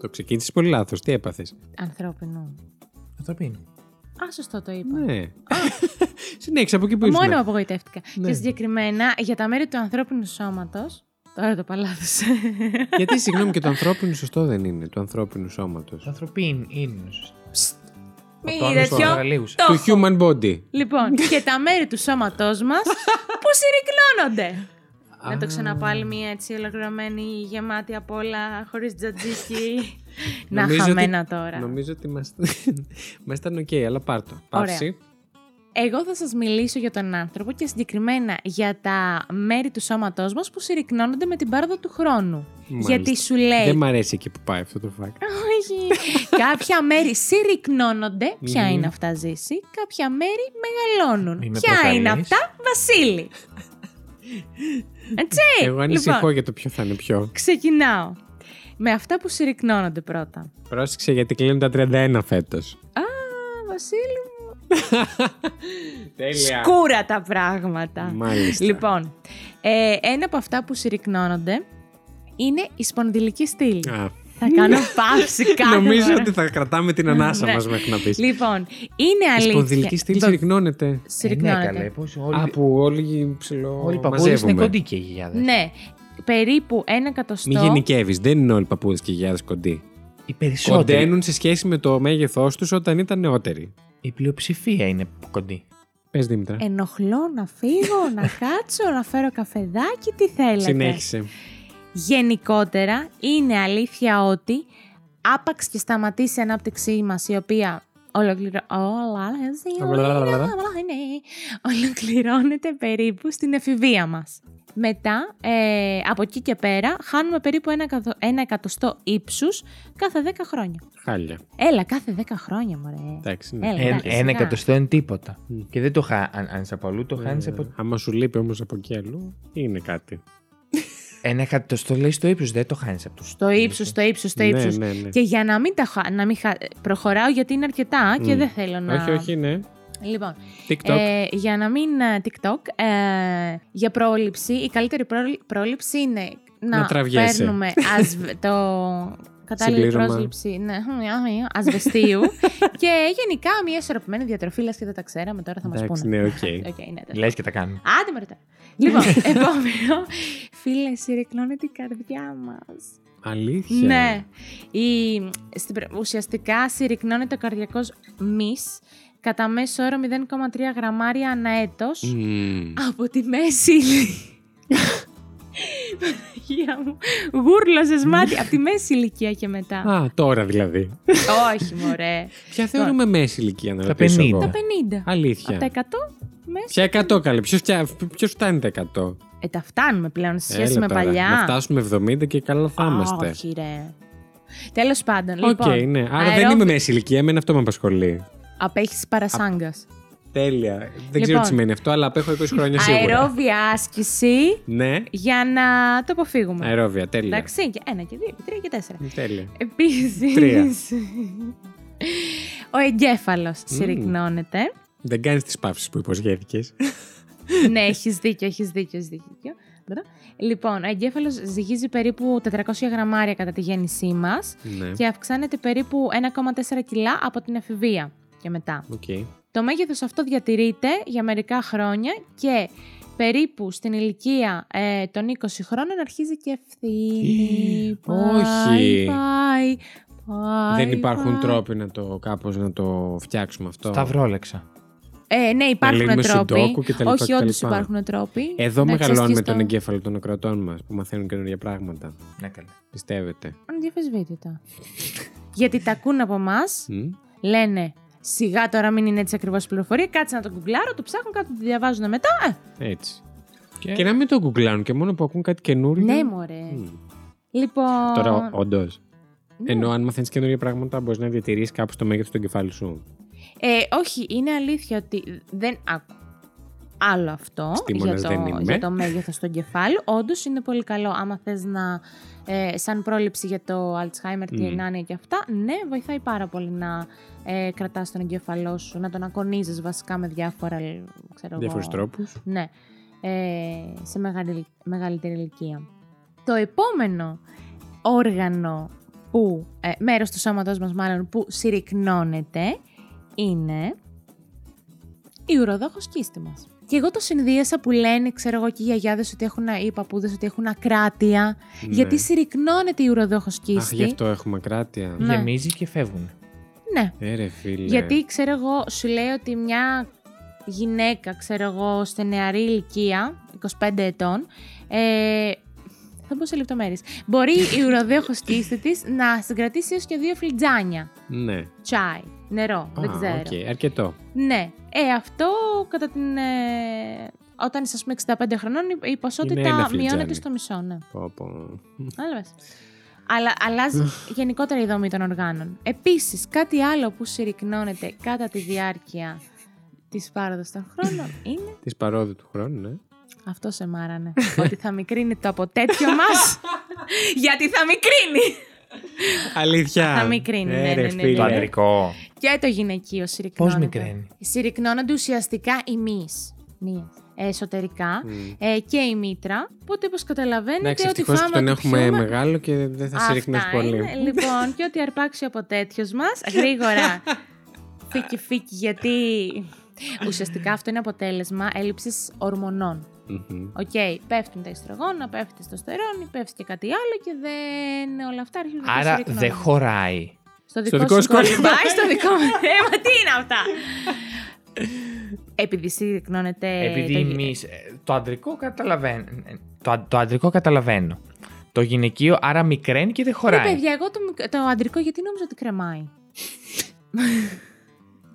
το ξεκίνησες πολύ λάθος. Τι έπαθες. Ανθρώπινου. Ανθρωπίνη. Α, σωστό το είπα. Ναι. Συνέχισε από εκεί που ήσουν. Μόνο απογοητεύτηκα. Ναι. Και συγκεκριμένα για τα μέρη του ανθρώπινου σώματος. Τώρα το παλάθωσε. Γιατί συγγνώμη και το ανθρώπινο σωστό δεν είναι, του ανθρώπινου σώματο. Ανθρωπίνη είναι. Μη Ο τέτοιο. Το Του έχω. human body. [LAUGHS] Λοιπόν, και τα μέρη του σώματός μας που συρρυκνώνονται. Να το ξαναπάλει μια έτσι ολοκληρωμένη, γεμάτη απ' όλα, χωρίς τζατζίκι. [LAUGHS] να Νομίζω χαμένα ότι- τώρα. Νομίζω ότι μας, [LAUGHS] μας ήταν οκ, αλλά πάρ' το. Πάυση. Εγώ θα σας μιλήσω για τον άνθρωπο και συγκεκριμένα για τα μέρη του σώματός μας που συρρυκνώνονται με την πάροδο του χρόνου. Μάλιστα. Γιατί σου λέει Δεν μ' αρέσει εκεί που πάει αυτό το fact. όχι, κάποια μέρη συρρυκνώνονται. Ποια Μμμ. είναι αυτά, Ζήση. Κάποια μέρη μεγαλώνουν. Μη με Ποια είναι προκαλείς. αυτά, Βασίλη. Έτσι. [LAUGHS] Εγώ ανησυχώ λοιπόν, για το ποιο θα είναι ποιο. ξεκινάω. Με αυτά που συρρυκνώνονται πρώτα. Πρόσεξε γιατί κλείνουν τα 31 φέτος. Α, Βασίλη μου. Τέλεια. Σκούρα τα πράγματα. Μάλιστα. Λοιπόν, ε, ένα από αυτά που συρρυκνώνονται είναι η σπονδυλική στήλη. Α, Θα [LAUGHS] κάνω παύση κάτω. Νομίζω ότι θα κρατάμε την ανάσα Ναι. μας μέχρι να πεις. Λοιπόν, είναι Η αλήθεια. Λοιπόν. σπονδυλική στήλη Ε, Βα- συρρυκνώνεται. συρρυκνώνεται. Ναι, καλέ, πώς όλοι, Α, που όλοι ψηλό όλοι οι παππούδες είναι μαζεύουμε. κοντοί και οι γιαγιάδες. Ναι, περίπου ένα εκατοστό. Μη γενικεύεις, δεν είναι όλοι παππούδες και γιάδε κοντοί. Οι περισσότεροι, Κοντένουν σε σχέση με το μέγεθός τους όταν ήταν νεότεροι. η πλειοψηφία είναι κοντή. Πες Δήμητρα. Ενοχλώ να φύγω, [LAUGHS] να κάτσω, να φέρω καφεδάκι, τι θέλετε. Συνέχισε. Γενικότερα, είναι αλήθεια ότι άπαξ και σταματήσει η ανάπτυξή μας, η οποία ολοκληρω... όλα, είναι- ολοκληρώνεται περίπου στην εφηβεία μας. Μετά, ε, από εκεί και πέρα, χάνουμε περίπου ένα, εκατο- ένα εκατοστό ύψους κάθε 10 χρόνια. Χάλια. Έλα, κάθε 10 χρόνια, μωρέ. Εντάξει. Έλα, Ναι. Ε, Ένα- εντάξει, Ε, Ένα σιγά. εκατοστό είναι τίποτα. Μμ. Και δεν το χάνει από αλλού, Ε, το χάνεις από. Άμα σου λείπει όμως από εκεί αλλού, είναι κάτι. Ένα εκατοστό λέει στο ύψος, δεν το χάνεις από Ε, του. Το ύψος, το ύψος, το ύψος. Ναι, ναι, ναι. Και για να μην τα χα... να μην χα- προχωράω γιατί είναι αρκετά και Μμ. δεν θέλω να... Όχι, όχι, ναι. Λοιπόν, TikTok. ε, για να μην ε, TikTok, ε, για πρόληψη, η καλύτερη πρόλη- πρόληψη είναι να, Να τραβιέσαι. [LAUGHS] παίρνουμε ασβ- το κατάλληλη Συμπλήρωμα. πρόσληψη ναι, [LAUGHS] ασβεστίου και γενικά μια ισορροπημένη διατροφή, λες και δεν τα ξέραμε, τώρα θα μας Εντάξει, πούνε. ναι, οκ. [LAUGHS] Οκ, ναι, τέλος. Λες και τα κάνουμε. Άντε με ρωτά. [LAUGHS] Λοιπόν, επόμενο. Φίλε, συρρυκνώνεται η καρδιά μας. Αλήθεια. Ναι. Η, στην προ- ουσιαστικά συρρυκνώνεται ο καρδιακός μυς κατά μέσο όρο 0,3 γραμμάρια ανά έτος Μμμ. από τη μέση ηλικία. Παναγία μου, γούρλωσες μάτι από τη μέση ηλικία και μετά. Α, τώρα δηλαδή. Όχι, μωρέ. Ποια θεωρούμε μέση ηλικία να Τα ρωτήσω 50. εγώ. 50. Από τα Αλήθεια. 100 μέσα. Ποια 100 καλή, ποιο φτάνει τα 100. Ε, τα φτάνουμε πλέον σε σχέση Έλα με τώρα, παλιά. Να φτάσουμε 70 και καλά θα είμαστε. Όχι, ρε. Τέλος πάντων, Οκ, λοιπόν. ναι. Άρα δεν αερόβι- είμαι μέση ηλικία, εμένα αυτό με απασχολεί. Απέχεις παρασάγκας. Τέλεια. Δεν ξέρω τι σημαίνει αυτό, αλλά απέχω 20 χρόνια σίγουρα. Λοιπόν. Αερόβια άσκηση Ναι, για να το αποφύγουμε. αερόβια, τέλεια. Εντάξει, και ένα και δύο και τρία και τέσσερα. Τέλεια. Επίσης. Ναι. Τρία. Ο εγκέφαλος συρρυκνώνεται. Δεν κάνεις τις παύσεις που υποσχέθηκες. ναι, έχεις δίκιο, έχεις δίκιο, έχεις δίκιο. Μπράβο. Λοιπόν, ο εγκέφαλος ζυγίζει περίπου 400 γραμμάρια κατά τη γέννησή μας ναι. και αυξάνεται περίπου 1,4 κιλά από την εφηβεία και μετά. Οκ. Το μέγεθος αυτό διατηρείται για μερικά χρόνια και περίπου στην ηλικία ε, των 20 χρόνων αρχίζει και ευθύνη. Όχι. Πάει, πάει, πάει, Δεν υπάρχουν πάει. τρόποι να το κάπως να το φτιάξουμε αυτό. Σταυρόλεξα. Ε, ναι, υπάρχουν λύνουμε τρόποι. Sudoku και τα λοιπά και Όχι, τα όντως λοιπά. υπάρχουν τρόποι. Εδώ Να μεγαλώνουμε εξασκείς τον εγκέφαλο των ακροατών μας που μαθαίνουν καινούργια πράγματα. Ναι, καλά. Πιστεύετε. Αδιαφεσβήτητα. Γιατί τα ακούν από εμάς, Μμ. λένε σιγά τώρα μην είναι έτσι ακριβώς πληροφορία, κάτσε να το κουκλάρω, το ψάχνουν, κάτι το διαβάζουν μετά. Ε, Έτσι. Και να μην το γκουγκλάνουν και μόνο που ακούν κάτι καινούργιο. ναι, μωρέ. Μμ. Λοιπόν. Τώρα, όντως. ναι. Ενώ αν μαθαίνεις καινούργια πράγματα, μπορείς να διατηρήσεις κάπου το μέγεθος του εγκεφάλου σου. Ε, όχι, είναι αλήθεια ότι δεν άκου. Άλλο αυτό για Επιστήμονας το, δεν είμαι. για το μέγεθος του εγκεφάλου. Όντως είναι πολύ καλό. Άμα θες να. Ε, σαν πρόληψη για το Alzheimer, τι Μμμ. να είναι και αυτά, ναι, βοηθάει πάρα πολύ να ε, κρατάς τον εγκέφαλό σου, να τον ακονίζεις βασικά με διάφορα. ε, Ξέρω Διάφορου εγώ, τρόπους. ναι. Ε, σε μεγαλη- μεγαλύτερη ηλικία. Το επόμενο όργανο που, ε, μέρος του σώματος μας μάλλον, που συρρυκνώνεται είναι η ουροδόχος κίστη μας. Και εγώ το συνδύασα που λένε, ξέρω εγώ και οι γιαγιάδες ότι έχουν, ή οι παππούδες ότι έχουν ακράτεια, γιατί συρρυκνώνεται η ουροδόχος Ναι. Αχ, γι' κίστη. αυτό έχουμε κράτεια. Ναι. Γεμίζει και φεύγουν. ναι. Ε, ρε φίλε. Γιατί ξέρω εγώ, σου λέει ότι μια γυναίκα, ξέρω εγώ, σε νεαρή ηλικία, 25 ετών. Ε, θα μπω σε λεπτομέρειες. Μπορεί [LAUGHS] η ουροδέχο κύστη της να συγκρατήσει έως και δύο φλιτζάνια. Ναι. Τσάι, νερό, δεν Α, ξέρω. οκ, αρκετό. Ναι. Ε, αυτό κατά την. ε, όταν είσαι, ας πούμε, 65 χρονών, η- η ένα ποσότητα φλιτζάνι. μειώνεται στο μισό, ναι. Πω, πω. Κατάλαβες. Αλλά αλλάζει γενικότερα η δομή των οργάνων. Επίσης, κάτι άλλο που συρρυκνώνεται κατά τη διάρκεια της πάροδος των χρόνων είναι. Της παρόδου του χρόνου, ναι. Αυτό σε μάρανε. ότι θα μικρύνει το αποτέτιο μας. γιατί θα μικρύνει! Αλήθεια. Θα μικρύνει, Ε, ναι, ρε, ναι, ναι, φίλε. Το ναι. αντρικό. Και το γυναικείο συρρυκνώνεται. μικραίνει? Συρρυκνώνονται ουσιαστικά οι μυς. μύες, ε, Εσωτερικά Μμ. ε, και η μήτρα. Οπότε, όπως καταλαβαίνετε, Εντάξει, ότι ευτυχώ Ναι, που φάμε τον ό,τι έχουμε πιούμε, μεγάλο και δεν θα σε ρίχνει Αυτά πολύ. είναι, λοιπόν, και ότι αρπάξει από τέτοιος μας [LAUGHS] γρήγορα. φίκι φίκι, γιατί ουσιαστικά αυτό είναι αποτέλεσμα έλλειψης ορμονών. Μμμ. Οκ, πέφτουν τα ιστρογόνα, πέφτει το στερόνι, πέφτει και κάτι άλλο και δεν. Όλα αυτά αρχίζουν να Άρα συρρυκνώνονται. δεν ναι. χωράει. Στο Στο δικό, δικό σου σου κόλλημα. κολυμπάει, στο δικό μου. [LAUGHS] Ε, μα τι είναι αυτά. Επειδή συρρυκνώνεται. Επειδή Ε, το- εμείς. Το αντρικό καταλαβαίνω. ε, Το, αν- το αντρικό καταλαβαίνω. Το γυναικείο άρα μικραίνει και δεν Ρε, χωράει. Ε, παιδιά, εγώ το, μικ- το αντρικό γιατί νόμιζα ότι κρεμάει.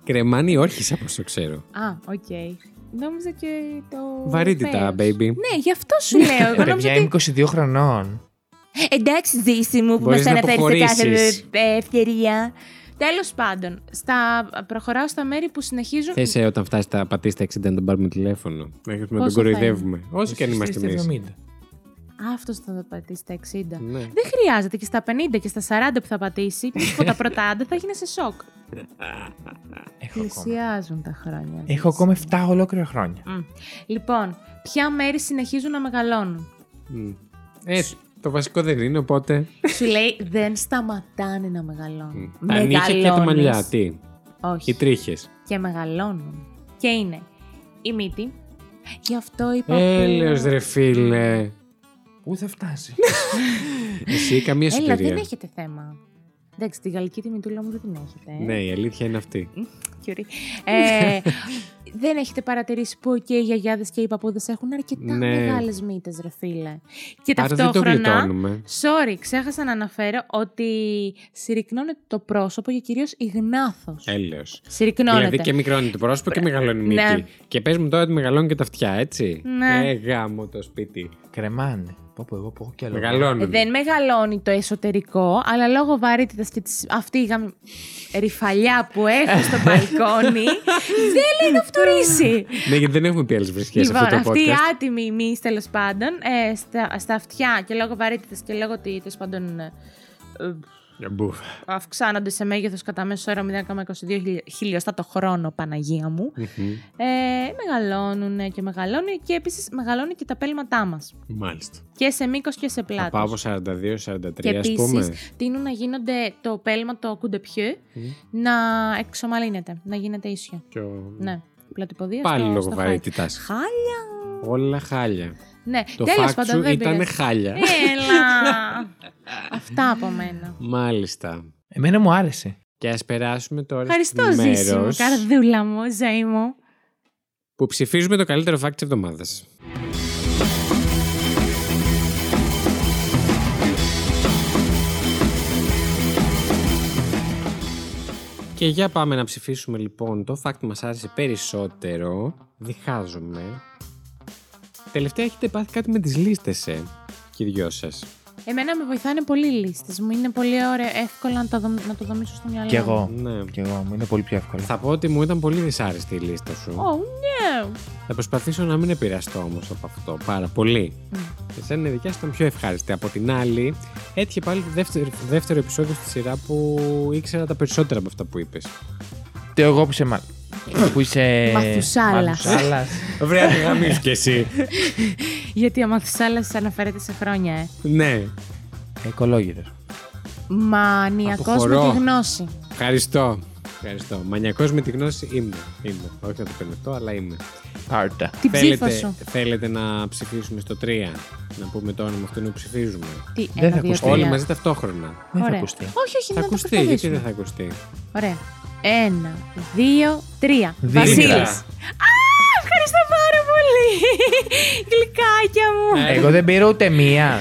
Κρεμάνι όρχη, από όσο ξέρω. Α, οκ. Νόμιζα και το. Βαρύτητα, φέος. baby. Ναι, γι' αυτό σου λέω. Ε, Εγώ νόμιζα παιδιά, ότι. είμαι 22 χρονών. Εντάξει, ζήση μου που Μπορείς μας να αναφέρεις κάθε αποχωρήσεις. ε, ε, ευκαιρία. Τέλος πάντων, στα... προχωράω στα μέρη που συνεχίζουν. Θε όταν φτάσεις τα πατήσει τα 60 να τον πάρουμε τηλέφωνο. Να αρχίσουμε να Ναι, τον Πόσο θα κοροϊδεύουμε. Όσο και αν είμαστε Στις εμεί. 70. Αυτός θα το πατήσει στα 60. Ναι. Δεν χρειάζεται και στα 50 και στα 40 που θα πατήσει. Ποιο από τα πρώτα άντα θα γίνει σε σοκ. Έχω ακόμα. Πλησιάζουν τα χρόνια. Έχω ακόμα 7 ολόκληρα χρόνια. Μμ. Λοιπόν, ποια μέρη συνεχίζουν να μεγαλώνουν. Μμ. Ε, το βασικό δεν είναι, οπότε. Σου λέει δεν σταματάνε να μεγαλώνουν. Τα νύχια και τα Μεγαλώνεις. μαλλιά. Τι. Οι Όχι. τρίχες. Και μεγαλώνουν. Και είναι η μύτη. Γι' αυτό είπα. Έλεος πριν- ρε φίλε. Πού θα φτάσει. Εσύ καμία Έλα, δεν σωτηρία. έχετε θέμα. Εντάξει, τη γαλλική τη μητούλα μου δεν την έχετε. ε. Ναι, η αλήθεια είναι αυτή. Κιουρί. [LAUGHS] Ε, δεν έχετε παρατηρήσει που και οι γιαγιάδες και οι παππούδες έχουν αρκετά Ναι. μεγάλες μύτες, ρε φίλε. Και Άρα δεν το ταυτόχρονα. γλιτώνουμε. Sorry, ξέχασα να αναφέρω ότι συρρυκνώνεται το πρόσωπο και κυρίως η γνάθος. Ε, Έλεος. Συρρυκνώνεται. Δηλαδή και μικρώνει το πρόσωπο και μεγαλώνει η μύτη. Ναι. Και πες μου τώρα ότι μεγαλώνει και τα αυτιά, έτσι. Ναι. Ε, γάμο το σπίτι. Κρεμάνε. Πω πω, εγώ πω κι άλλο. Μεγαλώνουν. Δεν μεγαλώνει το εσωτερικό, αλλά λόγω βαρύτητας και της, αυτή η γαμ... ρηφαλιά που έχω [LAUGHS] στο μπαλκόνι, δεν λέει να φτωρίσει. Ναι, γιατί δεν έχουμε πει άλλες βρισκές σε Λοιπόν, αυτό το αυτή η podcast. άτιμη ημί, τέλος πάντων, ε, στα, στα αυτιά και λόγω βαρύτητας και λόγω ότι τέλος πάντων ε, ε, Μπουφ. αυξάνονται σε μέγεθος κατά μέσο όρο 0,22 χιλι- χιλιοστά το χρόνο, Παναγία μου, Μμμ. ε, μεγαλώνουν και μεγαλώνουν και επίσης μεγαλώνουν και τα πέλματά μας. Μάλιστα. Και σε μήκος και σε πλάτο. Θα πάω από 42-43, Και Ναι, ας πούμε. επίση τείνουν να γίνονται το πέλμα το κουντεπιού να εξομαλύνεται, να γίνεται ίσιο. Πιο- Ναι. Πλατυποδία. Πάλι στο- λόγω στο βαρύτητας. χάλι. Χάλια. Όλα χάλια. Ναι, Το τέλος fact πάντων σου δεν ήταν πειράζει. Ε. χάλια. [LAUGHS] Έλα. Αυτά από μένα. Μάλιστα. Εμένα μου άρεσε. Και ας περάσουμε τώρα Ευχαριστώ, στο Ζήση μου, μέρος καρδούλα μου, ζωή μου. που ψηφίζουμε το καλύτερο fact της εβδομάδας. Και για πάμε να ψηφίσουμε λοιπόν το fact που μας άρεσε περισσότερο. Διχάζομαι. Τελευταία έχετε πάθει κάτι με τις λίστες, ε, και οι δυο σας. Εμένα με βοηθάνε πολύ οι λίστες μου. Είναι πολύ ωραίο, εύκολα να, τα δομ- να το δομήσω στο μυαλό. Κι μου. εγώ. Ναι. Κι εγώ μου είναι πολύ πιο εύκολο. Θα πω ότι μου ήταν πολύ δυσάρεστη η λίστα σου. Oh, no. Θα προσπαθήσω να μην επηρεαστώ όμως από αυτό πάρα πολύ. Ναι. Εσένα η δικιά σου ήταν πιο ευχάριστη. Από την άλλη, έτυχε πάλι το δεύτερο, δεύτερο επεισόδιο στη σειρά που ήξερα τα περισσότερα από αυτά που είπες. Το εγώ που είσαι. Μα... που είσαι. Μαθουσάλας. Μαθουσάλας. Βρέα, γαμίσου κι εσύ. Γιατί ο Μαθουσάλας αναφέρεται σε χρόνια, ε. ναι, Οικολόγητος. Μανιακός με Αποχωρώ. τη γνώση. ευχαριστώ. Ευχαριστώ. Μανιακός με τη γνώση είμαι. Είμαι. Όχι να το περνευτώ, αλλά είμαι. Άρτα. Την ψήφο θέλετε, σου. θέλετε να ψηφίσουμε στο 3. Να πούμε το όνομα αυτού που ψηφίζουμε. Τι, Δεν θα ένα, δύο, ακουστεί. τρία. Όλοι μαζί ταυτόχρονα. Δεν θα Ωραία. ακουστεί. Όχι, όχι, Θα να το ακουστεί, γιατί προσπαθήσουμε. δεν θα ακουστεί. Ωραία. Ένα, δύο, τρία. Δήμητρα. Βασίλης. Α, ευχαριστώ πάρα πολύ. πάλι. Γλυκάκια μου. Ε. Εγώ δεν πήρα ούτε μία.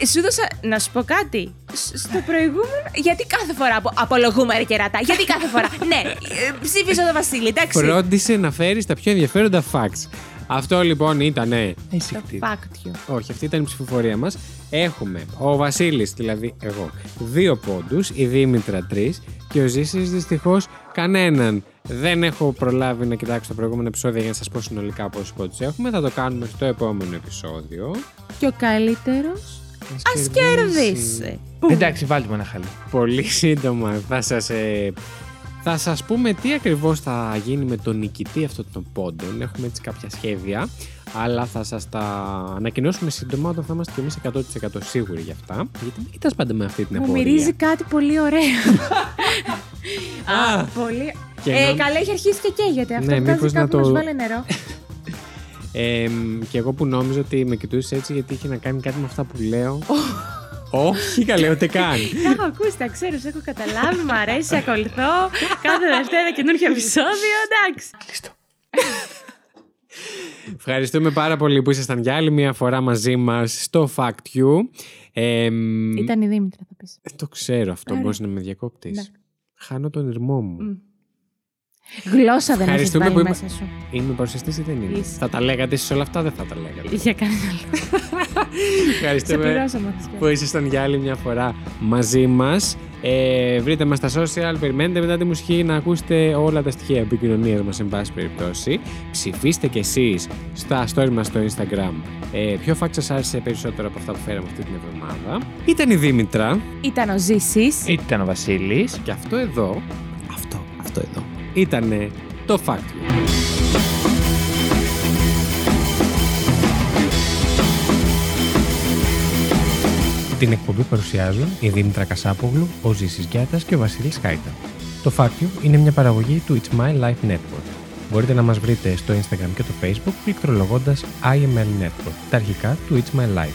Ε, σου δώσα. Να σου πω κάτι. Σ- Στο προηγούμενο. Γιατί κάθε φορά που απολογούμε ρε κερατά. Γιατί κάθε [LAUGHS] φορά. ναι, ε, ψήφισα το Βασίλη, εντάξει. Φρόντισε να φέρεις τα πιο ενδιαφέροντα facts. Αυτό λοιπόν ήταν. Εσύ Το πάκτιο. Όχι, αυτή ήταν η ψηφοφορία μας. Έχουμε ο Βασίλης, δηλαδή εγώ, δύο πόντους, η Δήμητρα τρεις και ο Ζήσης δυστυχώς κανέναν. Δεν έχω προλάβει να κοιτάξω τα προηγούμενα επεισόδια για να σας πω συνολικά πόσους πόντους έχουμε. Θα το κάνουμε στο επόμενο επεισόδιο. Και ο καλύτερος. Ας κερδίσει. Εντάξει, βάλτε μου ένα χαλί. Πολύ σύντομα θα σας, ε, θα σας πούμε τι ακριβώς θα γίνει με τον νικητή αυτών των πόντων. Έχουμε έτσι κάποια σχέδια, αλλά θα σας τα ανακοινώσουμε σύντομα όταν θα είμαστε κι εμείς 100% σίγουροι για αυτά. Γιατί μην κοιτάς πάντα με αυτή την Μου απορία. μυρίζει κάτι πολύ ωραίο. Α, πολύ. Και Ε, να- καλά, έχει αρχίσει και καίγεται. Αυτό Ναι, ναι, μήπως βγάζει να κάπου να το- σου βάλει νερό. Ε, μ, και εγώ που νόμιζα ότι με κοιτούσες έτσι γιατί είχε να κάνει κάτι με αυτά που λέω. Όχι καλέ, ούτε καν. Τα έχω ακούσει, τα ξέρω, σε έχω καταλάβει, μ' αρέσει, σε ακολουθώ. Κάθε Δευτέρα καινούργιο επεισόδιο, εντάξει. Ευχαριστούμε πάρα πολύ που ήσασταν για άλλη μια φορά μαζί μας στο Fact You. Ε, μ, Ήταν η Δήμητρα, θα πεις. Ε, Το ξέρω αυτό. Άρα. Μπορείς να με διακόπτεις. Ναι. Χάνω τον ηρμό μου. Μμ. Γλώσσα δεν έχεις Ευχαριστούμε βάλει που είμαι- μέσα σου. Είμαι παρουσιαστή ή δεν είμαι. Είσαι. Θα τα λέγατε εσεί όλα αυτά, δεν θα τα λέγατε. Για κανένα λόγο. Σε Ευχαριστούμε πληρώσαμε αυτή που ήσασταν για άλλη μια φορά μαζί μας. Ε, βρείτε μας στα social, περιμένετε μετά τη μουσική να ακούσετε όλα τα στοιχεία επικοινωνίας μας, εν πάση περιπτώσει. Ψηφίστε κι εσείς στα story μας στο Instagram. Ε, ποιο φάξ σας άρεσε περισσότερο από αυτά που φέραμε αυτή την εβδομάδα. Ήταν η Δήμητρα. Ήταν ο Ζήσης. Ήταν ο Βασίλης. Και αυτό εδώ. Αυτό, αυτό εδώ. Ήτανε το Fact You. Την εκπομπή παρουσιάζουν η Δήμητρα Κασάπογλου, ο Ζήσης Γιάτας και ο Βασίλης Χάιτα. Το Fact είναι μια παραγωγή του It's My Life Network. Μπορείτε να μας βρείτε στο Instagram και το Facebook πληκτρολογώντας IML Network, τα αρχικά του It's My Life.